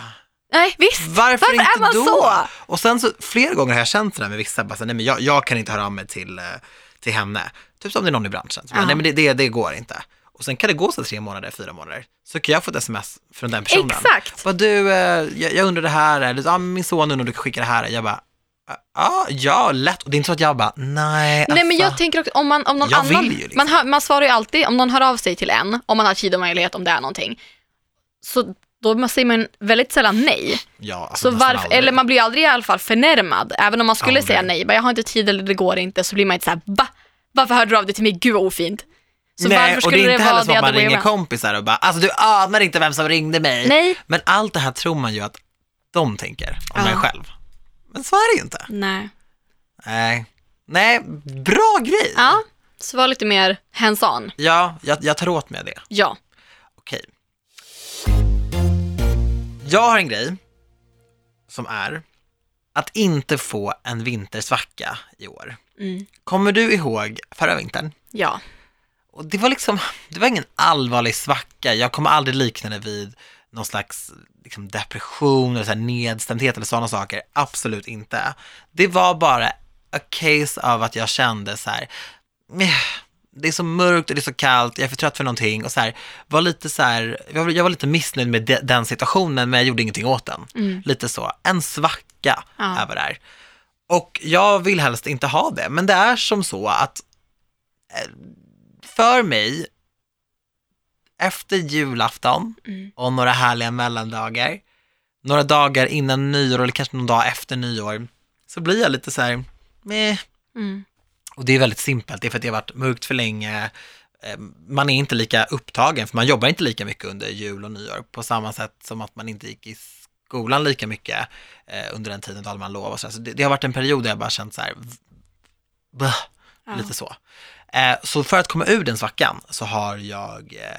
Speaker 2: nej visst.
Speaker 1: Varför,
Speaker 2: Varför
Speaker 1: inte
Speaker 2: är man
Speaker 1: då?
Speaker 2: så?
Speaker 1: Och sen så flera gånger har jag känt det där med vissa, bara så, här, nej men jag, jag kan inte höra av mig till, eh, till henne. Typ som det är någon i branschen, som bara,
Speaker 2: Ja.
Speaker 1: nej men det, det, det går inte. Och sen kan det gå så tre månader, fyra månader, så kan jag få ett sms från den personen.
Speaker 2: Exakt.
Speaker 1: Bara du, eh, jag, jag undrar det här, eller ah, min son undrar om du kan skicka det här. Jag bara, ah, ja lätt. Och det är inte så att jag bara, nej alltså.
Speaker 2: Nej men jag tänker också om man, om någon
Speaker 1: Jag
Speaker 2: annan,
Speaker 1: vill ju liksom.
Speaker 2: man, hör, man svarar ju alltid, om någon hör av sig till en, om man har tid och möjlighet om det är någonting, så då säger man väldigt sällan nej.
Speaker 1: ja, alltså,
Speaker 2: Så
Speaker 1: nästan
Speaker 2: varför,
Speaker 1: aldrig.
Speaker 2: eller man blir ju aldrig i alla fall förnärmad, även om man skulle
Speaker 1: Aldrig.
Speaker 2: säga nej, bara jag har inte tid eller det går inte, så blir man inte såhär va? Varför hörde du av dig till mig? Gud vad ofint. Så varför
Speaker 1: och det
Speaker 2: skulle
Speaker 1: är
Speaker 2: det,
Speaker 1: inte heller
Speaker 2: vara
Speaker 1: så att man
Speaker 2: other way
Speaker 1: ringer
Speaker 2: around?
Speaker 1: kompisar och bara, alltså du anar inte vem som ringde mig.
Speaker 2: Nej.
Speaker 1: Men allt det här tror man ju att de tänker om
Speaker 2: Ja.
Speaker 1: en själv. Men så är det ju inte.
Speaker 2: Nej.
Speaker 1: Nej, Nej bra grej.
Speaker 2: Ja, så var lite mer hands on.
Speaker 1: Ja, jag, jag tar åt mig det.
Speaker 2: Ja.
Speaker 1: Okej. Jag har en grej som är att inte få en vintersvacka i år.
Speaker 2: Mm.
Speaker 1: Kommer du ihåg förra vintern?
Speaker 2: Ja.
Speaker 1: Och det var liksom, det var ingen allvarlig svacka. Jag kommer aldrig likna det vid någon slags liksom, depression eller så här nedstämdhet eller sådana saker. Absolut inte. Det var bara a case av att jag kände så här, "Meh, det är så mörkt och det är så kallt, jag är för trött för någonting och så här, var lite så här, jag var, jag var lite missnöjd med de, den situationen men jag gjorde ingenting åt den. Lite så, en svacka
Speaker 2: Ja.
Speaker 1: är vad det är. Och jag vill helst inte ha det, men det är som så att för mig, efter julafton
Speaker 2: Mm.
Speaker 1: och några härliga mellandagar, några dagar innan nyår eller kanske någon dag efter nyår, så blir jag lite så här, meh.
Speaker 2: Mm.
Speaker 1: Och det är väldigt simpelt, det är för att det har varit mörkt för länge, eh, man är inte lika upptagen, för man jobbar inte lika mycket under jul och nyår, på samma sätt som att man inte gick i skolan lika mycket eh, under den tiden då hade man lov och så, här. så det, det har varit en period där jag bara känt så här, v- bah,
Speaker 2: Ja.
Speaker 1: lite så. Eh, så för att komma ur den svackan så har jag eh,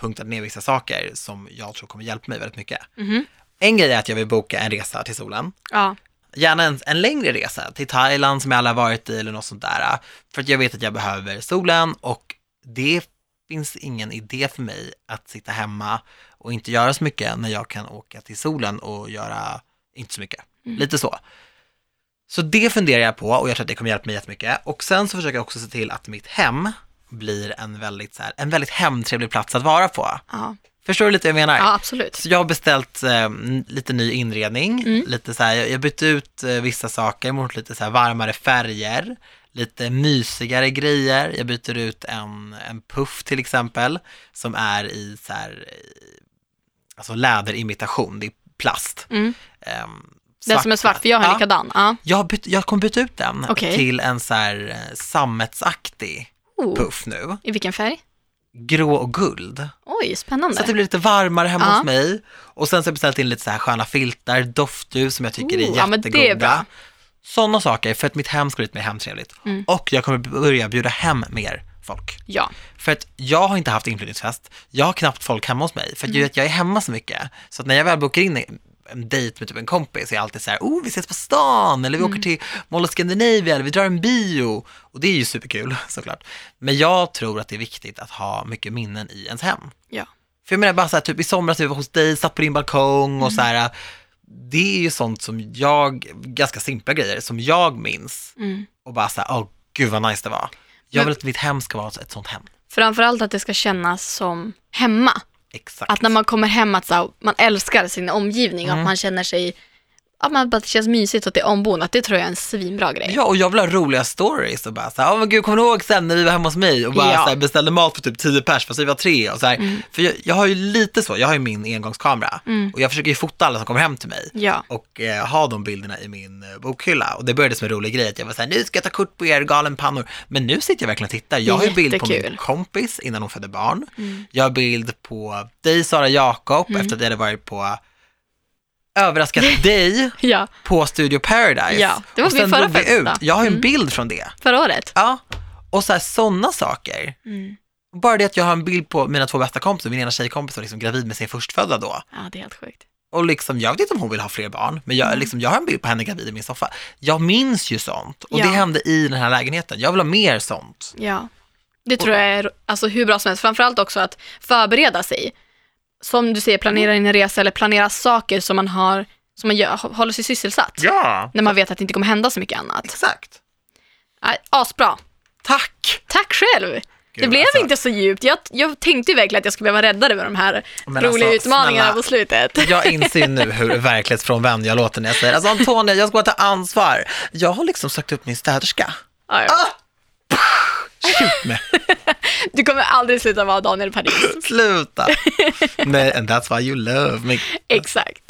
Speaker 1: punktat ner vissa saker som jag tror kommer hjälpa mig väldigt mycket.
Speaker 2: Mhm.
Speaker 1: En grej är att jag vill boka en resa till solen
Speaker 2: Ja.
Speaker 1: gärna en, en längre resa till Thailand som jag alla har varit i eller något sånt där. För att jag vet att jag behöver solen och det finns ingen idé för mig att sitta hemma och inte göra så mycket när jag kan åka till solen och göra inte så mycket. Lite så. Så det funderar jag på och jag tror att det kommer hjälpa mig jättemycket. Och sen så försöker jag också se till att mitt hem blir en väldigt, så här, en väldigt hemtrevlig plats att vara på.
Speaker 2: Ja.
Speaker 1: Förstår du lite vad jag menar?
Speaker 2: ja, absolut.
Speaker 1: Så jag har beställt eh, n- lite ny inredning,
Speaker 2: Mm.
Speaker 1: lite så här, jag jag har bytt ut eh, vissa saker mot lite så här varmare färger, lite mysigare grejer. Jag byter ut en, en puff till exempel som är i så här, eh, alltså läderimitation, det är plast.
Speaker 2: Mm.
Speaker 1: Ehm,
Speaker 2: Den som är svart, för jag har en
Speaker 1: Ja,
Speaker 2: likadan. Ja.
Speaker 1: Jag, har bytt, jag kommer byta ut den
Speaker 2: Okej.
Speaker 1: till en så här eh, sammetsaktig
Speaker 2: Oh.
Speaker 1: puff nu,
Speaker 2: I vilken färg?
Speaker 1: grå och guld.
Speaker 2: Oj, spännande.
Speaker 1: Så att det blir lite varmare hemma
Speaker 2: Ja.
Speaker 1: hos mig. Och sen så har jag beställt in lite så här sköna filtar, doftljus som jag tycker
Speaker 2: Ooh, ja,
Speaker 1: är
Speaker 2: men det är
Speaker 1: jättegoda.
Speaker 2: bra. Mm.
Speaker 1: Sådana saker för att mitt hem ska bli lite mer hemtrevligt. Och jag kommer börja bjuda hem mer folk.
Speaker 2: Ja.
Speaker 1: För att jag har inte haft inflyttningsfest, jag har knappt folk hemma hos mig. För att
Speaker 2: Mm.
Speaker 1: ju att jag är hemma så mycket. Så att när jag väl bokar in en- en dejt med typ en kompis så är jag alltid så här, oh vi ses på stan
Speaker 2: Mm.
Speaker 1: eller vi åker till Mall of Scandinavia eller vi drar en bio. Och det är ju superkul [LAUGHS] såklart. Men jag tror att det är viktigt att ha mycket minnen i ens hem.
Speaker 2: ja.
Speaker 1: För jag menar bara så här, typ i somras när vi var hos dig, satt på din balkong och så här. Det är ju sånt som jag, ganska simpla grejer, som jag minns
Speaker 2: Mm.
Speaker 1: och bara så här, åh gud vad nice det var. Jag
Speaker 2: Men-
Speaker 1: vill att mitt hem ska vara ett sånt hem.
Speaker 2: Framförallt att det ska kännas som hemma.
Speaker 1: Exakt. Mm.
Speaker 2: Att när man kommer hem att så, här, man älskar sin omgivning och att man känner sig att man bara att det känns mysigt och att det är ombonat, det tror jag är en svinbra grej.
Speaker 1: Ja, och jag vill ha roliga stories och bara så här, oh, men gud, kommer du ihåg sen när vi var hemma hos mig och bara
Speaker 2: Ja. Mm.
Speaker 1: så här, beställde mat för typ 10 pers fast vi var tre och så här. För jag, jag har ju lite så, jag har ju min engångskamera och jag försöker ju fota alla som kommer hem till mig
Speaker 2: Ja.
Speaker 1: och eh, ha de bilderna i min eh, bokhylla. Och det började som en rolig grej, att jag var såhär, nu ska jag ta kort på er galenpannor. Men nu sitter jag verkligen och tittar. Jag har ju bild på min
Speaker 2: Jättekul. Mm.
Speaker 1: kompis innan hon födde barn. Jag har bild på dig Sara Jakob efter att jag hade varit på överraskat
Speaker 2: [LAUGHS]
Speaker 1: dig
Speaker 2: Ja,
Speaker 1: på Studio Paradise.
Speaker 2: Ja, det var
Speaker 1: och
Speaker 2: min
Speaker 1: sen
Speaker 2: förra
Speaker 1: drog vi ut.
Speaker 2: födelsedag. Mm.
Speaker 1: Jag har ju en bild från det.
Speaker 2: förra året.
Speaker 1: Ja. Och så här, sådana saker.
Speaker 2: Mm.
Speaker 1: Bara det att jag har en bild på mina två bästa kompisar, min ena tjejkompis var liksom gravid med sin förstfödda då.
Speaker 2: Ja, det är helt sjukt.
Speaker 1: Och liksom, jag vet inte om hon vill ha fler barn, men jag, liksom, jag har en bild på henne gravid i min soffa. Jag minns ju sånt. Och
Speaker 2: Ja.
Speaker 1: det hände i den här lägenheten. Jag vill ha mer sånt.
Speaker 2: Ja. Det tror jag är alltså, hur bra som helst. Framförallt också att förbereda sig. Som du säger,
Speaker 1: Mm.
Speaker 2: planera in en resa eller planera saker som man, har, som man gör, håller sig sysselsatt.
Speaker 1: Ja.
Speaker 2: När man vet att det inte kommer hända så mycket annat.
Speaker 1: Exakt.
Speaker 2: Nej, Asbra.
Speaker 1: Tack!
Speaker 2: Tack själv. det blev
Speaker 1: alltså.
Speaker 2: inte så djupt. Jag, jag tänkte ju verkligen att jag skulle behöva rädda det med de här
Speaker 1: Men
Speaker 2: roliga
Speaker 1: alltså,
Speaker 2: utmaningarna
Speaker 1: snälla.
Speaker 2: på slutet.
Speaker 1: Jag inser nu hur verklighetsfrånvänd jag låter när jag säger, alltså Antonia, jag ska bara ta ansvar. Jag har liksom sagt upp min städerska.
Speaker 2: Ja, ja.
Speaker 1: Shoot mig.
Speaker 2: Du kommer aldrig sluta vara Daniel Paris.
Speaker 1: Sluta! Nej, and that's why you love me.
Speaker 2: Exakt.